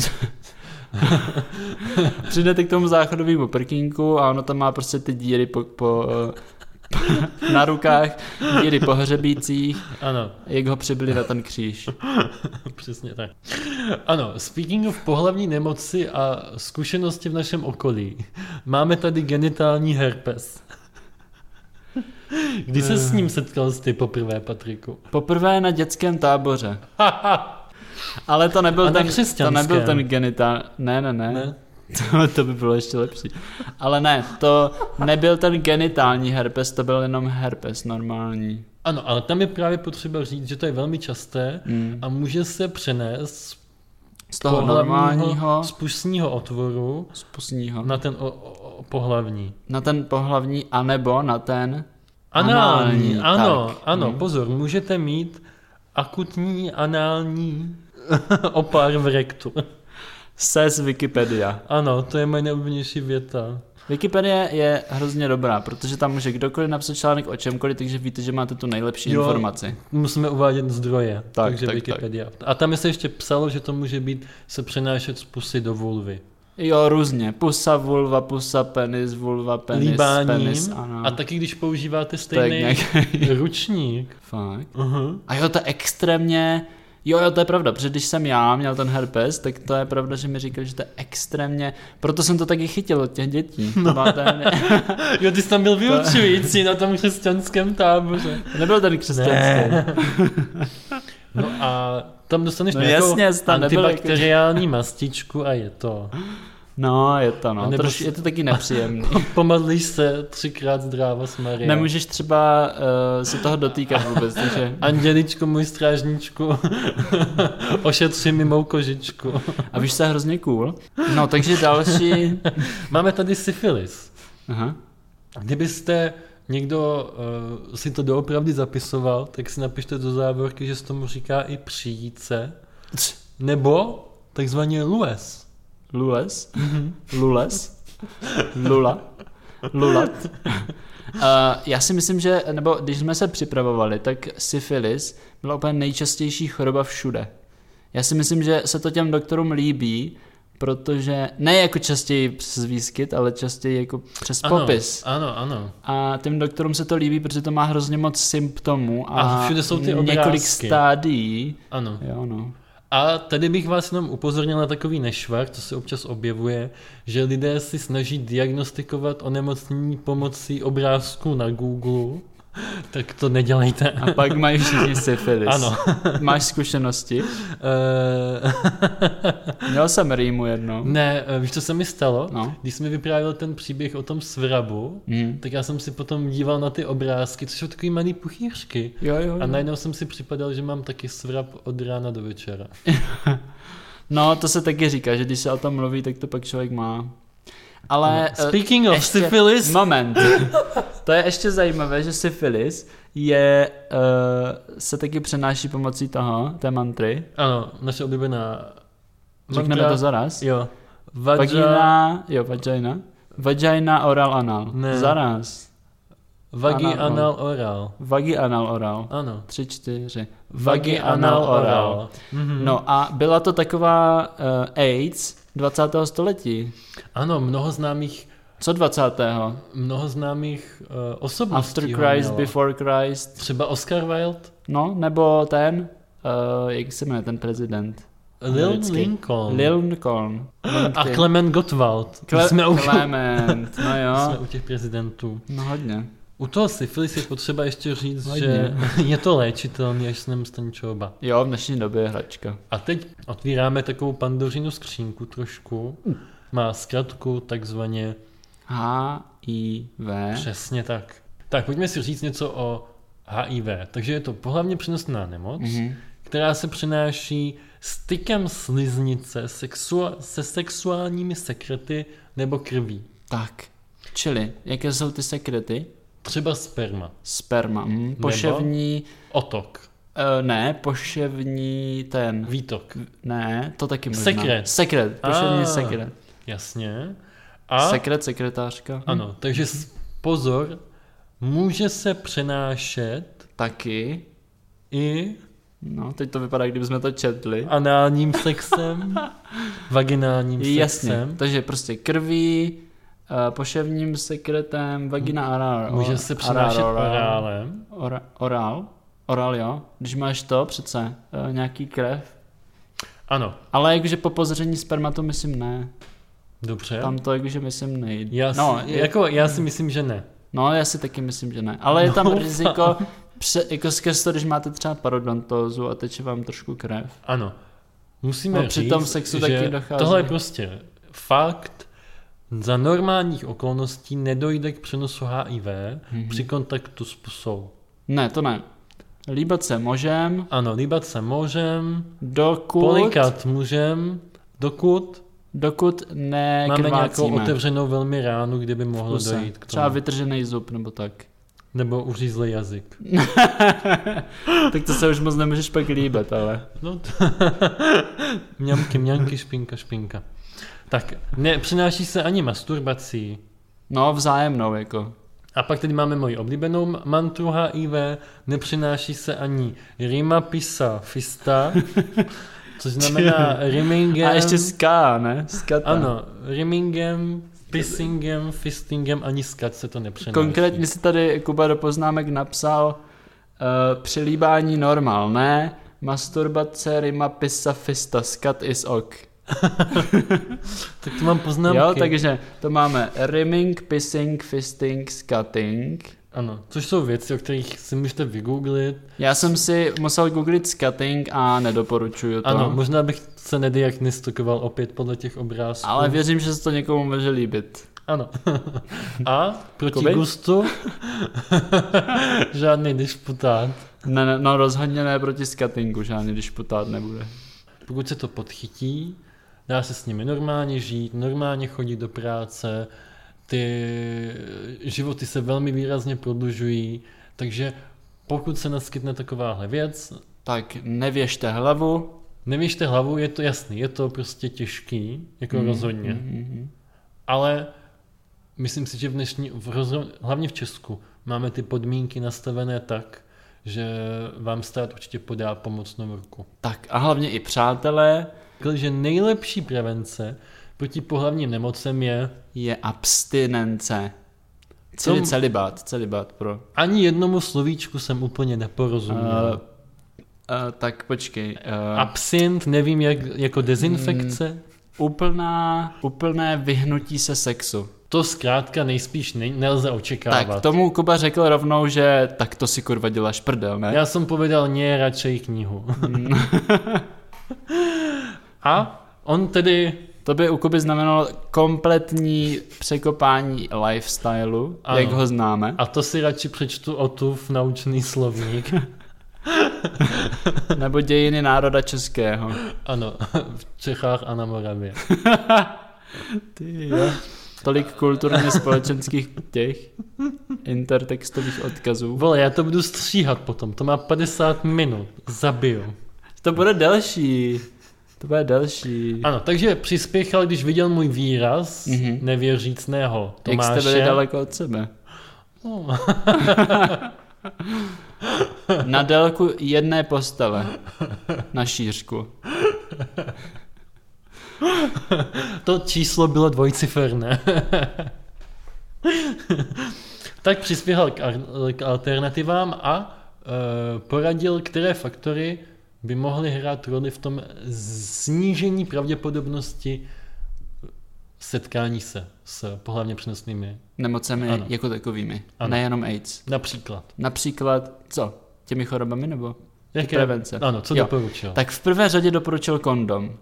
A: Přijdete k tomu záchodovému prkínku a ono tam má prostě ty díry po, po, eh, na rukách, díry po hřebících,
B: Ano,
A: jak ho přibyli na ten kříž.
B: přesně tak. Ano, speaking of pohlavní nemoci a zkušenosti v našem okolí, máme tady genitální herpes. Kdy se s ním setkal ty poprvé, Patriku?
A: Poprvé na dětském táboře. Ale to
B: A
A: nebyl,
B: na
A: ten, to
B: křesťanském.
A: nebyl ten genitál. Ne, ne, ne.
B: Ne?
A: ne. To, to by bylo ještě lepší. Ale ne, to nebyl ten genitální herpes, to byl jenom herpes normální.
B: Ano, ale tam je právě potřeba říct, že to je velmi časté
A: Mm.
B: a může se přenést z
A: Z toho normálního,
B: z pustního otvoru
A: z pusního, na,
B: na ten o, o, o pohlavní.
A: na ten pohlavní, anebo na ten Anální,
B: Anální, ano,
A: tak. no.
B: ano, pozor, můžete mít akutní anální opár v rektu.
A: se z Wikipedia.
B: Ano, to je moje nejoblíbenější věta.
A: Wikipedie je hrozně dobrá, protože tam může kdokoliv napsat článek o čemkoliv, takže víte, že máte tu nejlepší
B: Jo.
A: jo. informaci.
B: Musíme uvádět zdroje, tak, takže
A: tak,
B: Wikipedia. Tak. A tam se ještě psalo, že to může být se přenášet z pusy do vulvy.
A: Jo, různě. Pusa, vulva, pusa, penis, vulva, penis,
B: líbáním
A: penis, ano.
B: a taky když používáte
A: Hmm. To je
B: stejný ručník.
A: Fakt.
B: Aha.
A: A jo, to je extrémně... Jo, jo, to je pravda, protože když jsem já měl ten herpes, tak to je pravda, že mi říkali, že to je extrémně... Proto jsem to taky chytil od těch dětí.
B: No.
A: To byla ten...
B: Jo, ty jsi tam byl vyučující na tom křesťanském táboře.
A: Nebyl ten křesťanský.
B: Ne. No a tam dostaneš
A: No
B: nějakou
A: jasně, tam nebyl
B: antibakteriální mastičku a je to.
A: No, je to no.
B: A nebo
A: Troš,
B: s-
A: je to taky nepříjemný.
B: Pomodlíš se třikrát zdráva s Maria.
A: Nemůžeš třeba uh, se toho dotýkat vůbec, takže...
B: Anděličko, můj strážníčku, ošetři mi mou kožičku.
A: A víš, to je hrozně cool. No, takže další...
B: Máme tady syfilis.
A: Aha.
B: Kdybyste někdo uh, si to doopravdy zapisoval, tak si napište do závorky, že se tomu říká i přijíce. Nebo takzvaně lues.
A: Lules.
B: Mhm.
A: Lules. Lula. Lulat. Uh, já si myslím, že, nebo když jsme se připravovali, tak syfilis byla úplně nejčastější choroba všude. Já si myslím, že se to těm doktorům líbí, protože ne jako častěji přes výskyt, ale častěji jako přes popis.
B: Ano, ano, ano.
A: A těm doktorům se to líbí, protože to má hrozně moc symptomů a,
B: A všude jsou ty
A: několik
B: obrázky.
A: stádií.
B: ano.
A: Jo, no.
B: A tady bych vás jenom upozornil na takový nešvar, co se občas objevuje, že lidé si snaží diagnostikovat onemocnění pomocí obrázků na Google. Tak to nedělejte.
A: A pak mají všichni syfilis.
B: Ano.
A: Máš zkušenosti?
B: Eh,
A: Měl jsem rýmu jednou.
B: ne, eh, víš, co se mi stalo?
A: No.
B: Když jsme vyprávěl ten příběh o tom svrabu,
A: Mm.
B: tak já jsem si potom díval na ty obrázky, což jsou takový malý puchýřky.
A: Jo, jo,
B: A
A: jo.
B: najednou jsem si připadal, že mám taky svrab od rána do večera.
A: No, to se taky říká, že když se o tom mluví, tak to pak člověk má.
B: No,
A: Ale... eh,
B: Speaking of
A: ještě-
B: syphilis,
A: Moment. To je ještě zajímavé, že syfilis je, uh, se taky přenáší pomocí toho, té mantry.
B: ano, naše oblíbená
A: Řekneme
B: mantra.
A: to zaraz.
B: Jo. Vagina,
A: Vagina, jo, vagina. Vagina, oral, anal.
B: Ne.
A: Zaraz.
B: vagi,
A: anal,
B: anal, oral.
A: Vagi, anal, oral.
B: Ano.
A: Tři, čtyři.
B: Vagi, anal, oral. Mhm.
A: No a byla to taková uh, AIDS 20. století.
B: Ano, mnoho známých,
A: Co 20.
B: mnoho známých uh, osobností
A: After
B: ho
A: Christ,
B: mělo.
A: Before Christ.
B: Třeba Oscar Wilde,
A: No, nebo ten, uh, jak se jmenuje ten prezident?
B: Lil
A: Americký.
B: Lincoln
A: Lil Lincoln.
B: a Clement Gottwald. Kle- jsme, u,
A: Clement, no
B: jsme
A: jo.
B: u těch prezidentů.
A: No hodně.
B: U toho syfilis je potřeba ještě říct,
A: Hodně.
B: že je to léčitelný, až se nemstane čoba.
A: Jo, v dnešní době je hračka.
B: A teď otvíráme takovou pandořinu skřínku trošku.
A: Mm.
B: Má zkratku takzvaně
A: HIV.
B: přesně tak. Tak pojďme si říct něco o HIV. Takže je to pohlavně přenosná nemoc, mm-hmm.
A: Mhm.
B: která se přenáší stykem sliznice sexua- se sexuálními sekrety nebo krví.
A: Tak, čili, jaké jsou ty sekrety?
B: Třeba sperma.
A: Sperma,
B: Mhm.
A: hm, poševní,
B: Otok.
A: uh, ne, poševní ten,
B: Výtok.
A: ne, to taky možná.
B: Sekret.
A: Sekret, poševní
B: Ah.
A: sekret.
B: Jasně. A
A: Sekret, sekretářka. Hm,
B: ano, takže s- pozor, může se přenášet
A: Taky.
B: i
A: No, teď to vypadá, kdyby jsme to četli.
B: análním sexem, vaginálním
A: Jasně,
B: sexem.
A: takže prostě krví, eh, poševním sekretem, vagina arál.
B: Může se přenášet
A: orál.
B: orálem.
A: Ora- Orál? Orál, jo. Když máš to přece, eh, nějaký krev.
B: Ano,
A: Ale jakože po pozření spermatu myslím ne.
B: dobře.
A: Tam to jakože myslím nejde.
B: Já si,
A: no,
B: no,
A: je-
B: jako, já si myslím, že ne.
A: no, já si taky myslím, že ne. Ale je tam
B: No.
A: riziko, pře- jako skrz to, když máte třeba parodontózu a teče vám trošku krev.
B: Ano. Musíme
A: No, při
B: říct,
A: tom sexu
B: že
A: taky dochází.
B: tohle je prostě fakt. Za normálních okolností nedojde k přenosu HIV
A: Mhm.
B: mm-hmm. při kontaktu s pusou.
A: Ne, to ne. Líbat se můžem,
B: Ano, líbat se můžem,
A: dokud...
B: polikat můžem, dokud
A: Dokud
B: máme nějakou
A: nekrvácíme.
B: otevřenou velmi ránu, kde by mohlo
A: Kuse.
B: dojít k tomu.
A: Třeba vytržený zub nebo tak.
B: Nebo uřízlý jazyk.
A: tak to se už moc nemůžeš pak líbit, ale.
B: No t- mňamky, mňamky, špinka, špinka. Tak, ne, přináší se ani masturbací.
A: No, vzájemnou jako.
B: A pak tady máme moji oblíbenou m- mantru HIV, nepřináší se ani rima, pisa, fista, což znamená rimmingem.
A: A ještě ská, ne? Skata.
B: Ano, rimmingem, pissingem, fistingem ani skat se to nepřenáší.
A: Konkrétně si tady Kuba do poznámek napsal uh, přilíbání normál, ne? Masturbace, rima, pisa, fista, skat is ok.
B: Tak to mám poznámky.
A: Jo, takže to máme rimming, pissing, fisting, scutting.
B: Ano, což jsou věci, o kterých si můžete vygooglit.
A: Já jsem si musel googlit scutting a nedoporučuju to.
B: Ano, možná bych se nediagnostikoval opět podle těch obrázků.
A: Ale věřím, že se to někomu může líbit.
B: Ano. A proti
A: Kubi?
B: gustu žádný disputát.
A: Ne, ne, no rozhodně ne proti scuttingu, žádný když putát nebude.
B: Pokud se to podchytí, dá se s nimi normálně žít, normálně chodit do práce, ty eh, životy se velmi výrazně prodlužují, takže pokud se naskytne takováhle věc,
A: Tak nevěžte hlavu.
B: nevěžte hlavu, je to jasný, je to prostě těžký, jako mm, rozhodně.
A: Mm-hmm.
B: Ale myslím si, že v dnešní, v rozho- hlavně v Česku, máme ty podmínky nastavené tak, že vám stát určitě podá pomocnou ruku.
A: Tak a hlavně i přátelé
B: Řekl, že nejlepší prevence proti pohlavním nemocem je
A: je abstinence. Celý
B: Tom-
A: celibát, celibát pro.
B: ani jednomu slovíčku jsem úplně
A: Uh, uh,
B: neporozuměl.
A: tak počkej.
B: Uh,
A: Uh,
B: Absint, nevím jak, jako dezinfekce.
A: úplná, úplné vyhnutí se sexu.
B: To zkrátka nejspíš ne- nelze očekávat.
A: Tak tomu Kuba řekl rovnou, že tak to si kurva děláš prdel, ne?
B: Já jsem povedal ne, radšej knihu. A on tedy
A: To by u Kuby znamenalo kompletní překopání lifestylu,
B: Ano.
A: jak ho známe.
B: A to si radši přečtu o tu v naučný slovník.
A: Nebo dějiny národa českého.
B: Ano, v Čechách a na Moravě.
A: Ty, jo. Tolik kulturně společenských těch intertextových odkazů.
B: Vole, já to budu stříhat potom, to má 50 minut, zabiju.
A: To bude delší. To bude delší.
B: Ano, takže přispěchal, když viděl můj výraz
A: Mhm.
B: mm-hmm. nevěřícného
A: Jak
B: Tomáše.
A: jste byli daleko od sebe.
B: No,
A: Na délku jedné postele. Na šířku.
B: to číslo bylo dvojciferné. tak přispěchal k, ar- k alternativám a e, poradil, které faktory by mohly hrát roli v tom snížení pravděpodobnosti setkání se s pohlavně přenosnými.
A: Nemocemi ano.
B: Ano.
A: jako takovými. Ano.
B: Ano.
A: Nejenom AIDS.
B: Například.
A: Například, co? Těmi chorobami nebo?
B: Jaké?
A: Prevence.
B: Ano, co
A: Jo.
B: doporučil?
A: Tak v prvé řadě doporučil kondom.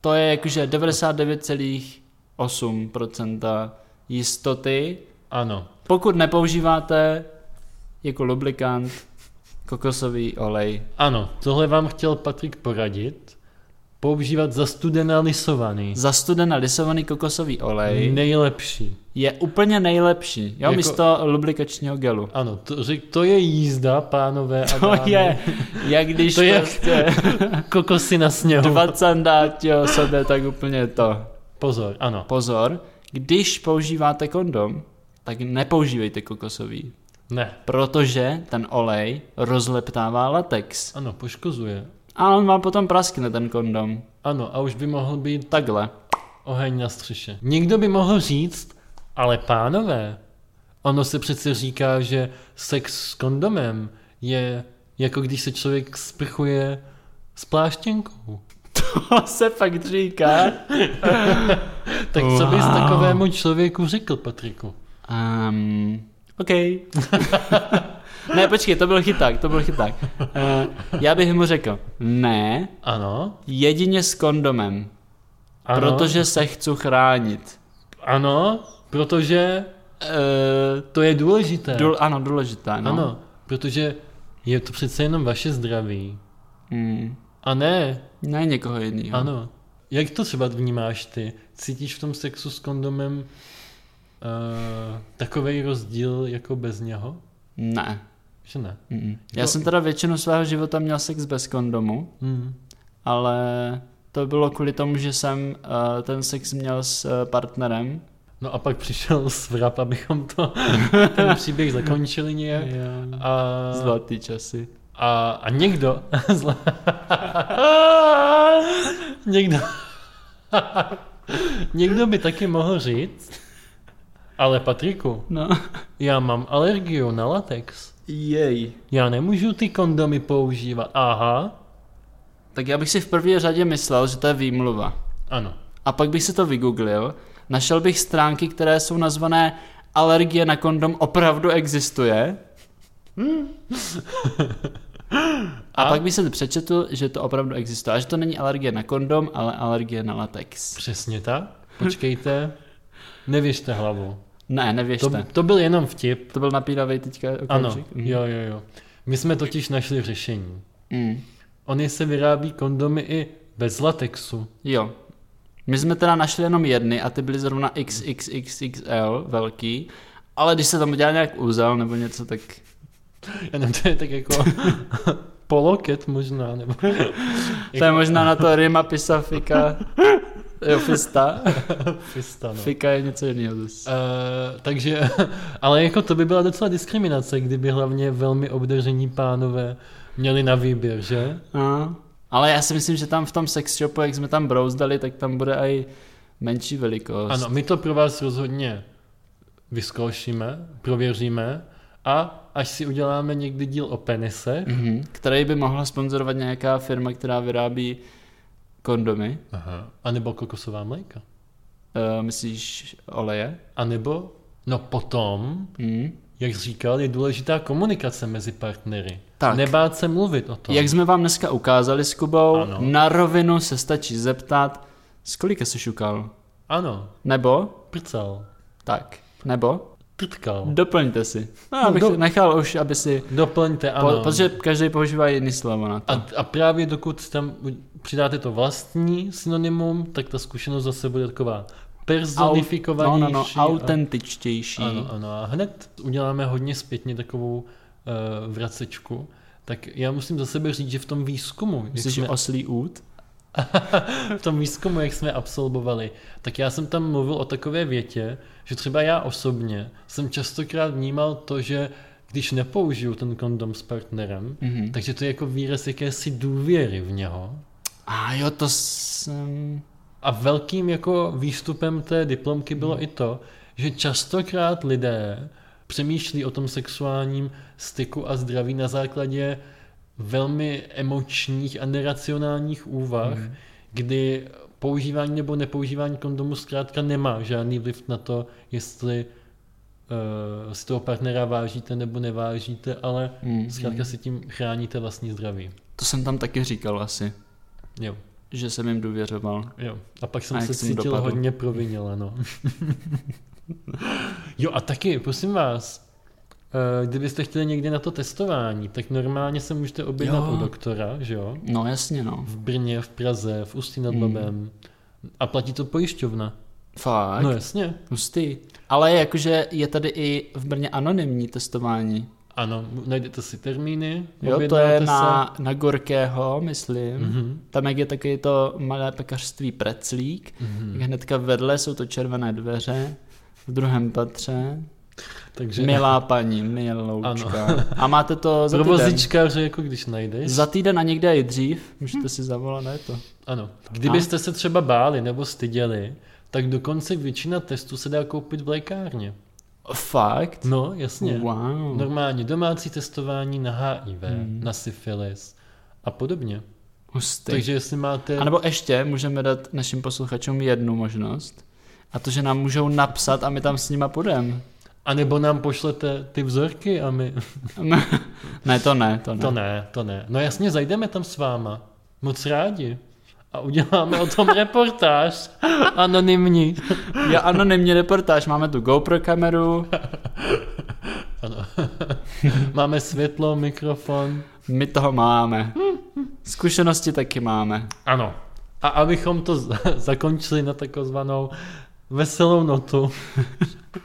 A: To je jakože 99,8% jistoty.
B: Ano.
A: Pokud nepoužíváte jako lubrikant kokosový olej.
B: Ano, tohle vám chtěl Patrik poradit. Používat zastudená lisovaný.
A: Zastuden a lisovaný kokosový olej
B: Nejlepší.
A: je úplně nejlepší. Jo,
B: Jako-
A: místo lubrikačního gelu.
B: Ano, to, řek, to je jízda, pánové a
A: To
B: dámy.
A: je, jak když
B: To je-
A: prostě
B: kokosy na sněhu.
A: dva candáti o sobě, tak úplně to.
B: Pozor, ano.
A: Pozor, když používáte kondom, tak nepoužívejte kokosový,
B: Ne.
A: protože ten olej rozleptává latex.
B: Ano, poškozuje.
A: A on vám potom praskne ten kondom.
B: Ano, a už by mohl být
A: Takhle.
B: oheň na střeše. Někdo by mohl říct, ale pánové, ono se přece říká, že sex s kondomem je jako když se člověk sprchuje s pláštěnkou.
A: To se fakt říká.
B: Tak co bys
A: Wow.
B: takovému člověku řekl, Patriku?
A: Um, OK. ne, počkej, to byl chyták, to byl chyták. Uh, já bych mu řekl, ne,
B: Ano,
A: jedině s kondomem,
B: ano,
A: protože se chci chránit.
B: ano, protože
A: Eh,
B: to je důležité.
A: důl, ano, důležité, no.
B: Ano, protože je to přece jenom vaše zdraví.
A: Mm.
B: A ne,
A: Ne někoho jiného.
B: ano. Jak to třeba vnímáš ty? Cítíš v tom sexu s kondomem uh, takový rozdíl jako bez něho?
A: Ne.
B: Že ne?
A: Mm. Já
B: To-
A: jsem teda většinu svého života měl sex bez kondomu,
B: Hmm.
A: ale to bylo kvůli tomu, že jsem eh, ten sex měl s eh, partnerem.
B: No a pak přišel svrap, abychom to ten příběh zakončili nějak.
A: Jo.
B: A,
A: Zlatý časy.
B: A, a někdo, zle- někdo, někdo by taky mohl říct, ale Patriku,
A: No.
B: já mám alergii na latex.
A: Jej.
B: Já nemůžu ty kondomy používat. Aha,
A: Tak já bych si v první řadě myslel, že to je výmluva.
B: ano.
A: A pak bych si to vygooglil, našel bych stránky, které jsou nazvané alergie na kondom opravdu existuje. A,
B: A?
A: pak bych se přečetl, že to opravdu existuje. A že to není alergie na kondom, ale alergie na latex.
B: Přesně tak. Počkejte. Nevěřte hlavou.
A: Ne, nevěřte.
B: To,
A: To,
B: to byl jenom vtip.
A: to byl napínavý teďka
B: Ano,
A: okamžik. Mhm.
B: jo, jo, jo. My jsme totiž našli řešení.
A: Mm.
B: Oni se vyrábí kondomy i bez latexu.
A: Jo. My jsme teda našli jenom jedny a ty byly zrovna XXXXL velký, ale když se tam udělal nějak úzel nebo něco, tak
B: Já nevím, to je tak jako poloket možná, nebo...
A: to je možná na to rima pisa fika. Jo, fista.
B: Fista, no.
A: Fika je něco jiného zase.
B: Uh, takže, ale jako to by byla docela diskriminace, kdyby hlavně velmi obdaření pánové měli na výběr, že?
A: A, ale já si myslím, že tam v tom sex shopu, jak jsme tam brouzdali, tak tam bude i menší velikost.
B: Ano, my to pro vás rozhodně vyzkoušíme, prověříme a až si uděláme někdy díl o penise,
A: Mhm. Který by mohla sponzorovat nějaká firma, která vyrábí kondomy.
B: Aha. anebo kokosová mléka,
A: Uh, myslíš oleje?
B: anebo, no potom,
A: Mhm.
B: jak říkal, je důležitá komunikace mezi partnery.
A: Tak.
B: Nebát se mluvit o tom.
A: Jak jsme vám dneska ukázali s Kubou,
B: Ano.
A: na rovinu se stačí zeptat, z kolika jsi šukal?
B: Ano,
A: Nebo?
B: prcal,
A: Tak. Nebo?
B: trtkal.
A: Doplňte si. No,
B: No,
A: abych
B: do-
A: nechal už, aby si...
B: Doplňte, ano.
A: Po, protože každý používá jiný slovo na to.
B: A, a právě dokud tam přidáte to vlastní synonymum, tak ta zkušenost zase bude taková
A: no,
B: personifikovanější.
A: no, no,
B: a-
A: autentičtější.
B: Ano, ano. A hned uděláme hodně zpětně takovou uh, vracečku. Tak já musím za sebe říct, že v tom výzkumu, jak
A: Myslíš
B: jsme,
A: oslý út?
B: v tom výzkumu, jak jsme absolvovali, tak já jsem tam mluvil o takové větě, že třeba já osobně jsem častokrát vnímal to, že když nepoužiju ten kondom s partnerem,
A: Mhm.
B: takže to je jako výraz jakési důvěry v něho.
A: A jo, to jsem...
B: A velkým jako výstupem té diplomky bylo i to, že častokrát lidé přemýšlí o tom sexuálním styku a zdraví na základě velmi emočních a neracionálních úvah, mm. kdy používání nebo nepoužívání kondomu zkrátka nemá žádný vliv na to, jestli eh, si toho partnera vážíte nebo nevážíte, ale
A: Mm,
B: zkrátka si tím chráníte vlastní zdraví.
A: To jsem tam taky říkal asi,
B: Jo.
A: že jsem jim důvěřoval.
B: Jo, a pak jsem
A: A
B: a
A: jak
B: se
A: jsem
B: cítil
A: dopadl?
B: hodně provinile, no. jo a taky, prosím vás, eh, kdybyste chtěli někdy na to testování, tak normálně se můžete objednat
A: Jo.
B: u doktora, že jo?
A: No jasně, no.
B: V Brně, v Praze, v Ústí
A: Hmm.
B: nad Labem. A platí to pojišťovna.
A: Fakt.
B: No jasně.
A: Hustý. Ale jakože je tady i v Brně anonymní testování.
B: Ano, najdete si termíny,
A: Jo, to
B: objednáte
A: je
B: se.
A: na, na Gorkého, myslím.
B: Mhm.
A: Tam, jak je taky to malé pekařství Preclík,
B: Mhm.
A: tak hnedka vedle jsou to červené dveře, v druhém patře.
B: Takže
A: Milá paní, miloučka. A máte to za týden.
B: provozičkáře, jako když najdeš.
A: Za týden a někde i dřív,
B: Mhm.
A: můžete si zavolat, ne to.
B: Ano. Kdybyste se třeba báli nebo styděli, tak dokonce většina testů se dá koupit v lékárně.
A: Fakt?
B: No, jasně.
A: Wow.
B: Normálně domácí testování na HIV,
A: Mhm.
B: na syfilis a podobně.
A: Hustý.
B: Takže jestli máte...
A: A nebo ještě můžeme dát našim posluchačům jednu možnost. A to, že nám můžou napsat a my tam s nima půjdeme.
B: A nebo nám pošlete ty vzorky a my...
A: ne, to ne, to ne.
B: To ne, to ne. No jasně, zajdeme tam s váma. Moc rádi. A uděláme o tom reportáž. Anonymní.
A: Já anonymní reportáž, máme tu GoPro kameru,
B: Ano. Máme světlo, mikrofon.
A: my toho máme. Zkušenosti taky máme.
B: Ano. A abychom to z- zakončili na takzvanou veselou notu,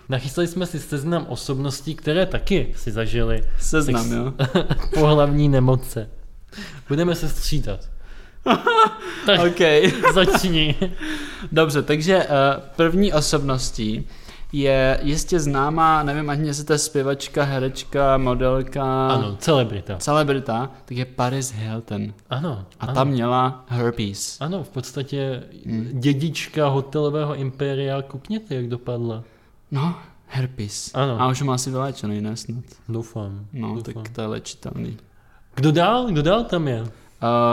B: nachystali jsme si seznam osobností, které taky si zažili
A: Seznam,
B: Tak-
A: jo.
B: pohlavní nemoce. Budeme se střídat. Tak
A: OK.
B: začni.
A: Dobře, takže eh, první osobností je jistě známá, nevím ani jestli to je zpěvačka, herečka, modelka,
B: Ano, celebrita.
A: celebrita, tak je Paris Hilton.
B: Ano.
A: A
B: ano.
A: ta měla herpes.
B: Ano, v podstatě
A: Hmm.
B: dědička hotelového impéria, koukněte, jak dopadla.
A: No, herpes.
B: Ano.
A: A už ho má asi vyléčený, ne snad.
B: Doufám.
A: No,
B: doufám.
A: tak to je léčitelný.
B: Kdo dál? Kdo dál tam je?
A: Uh,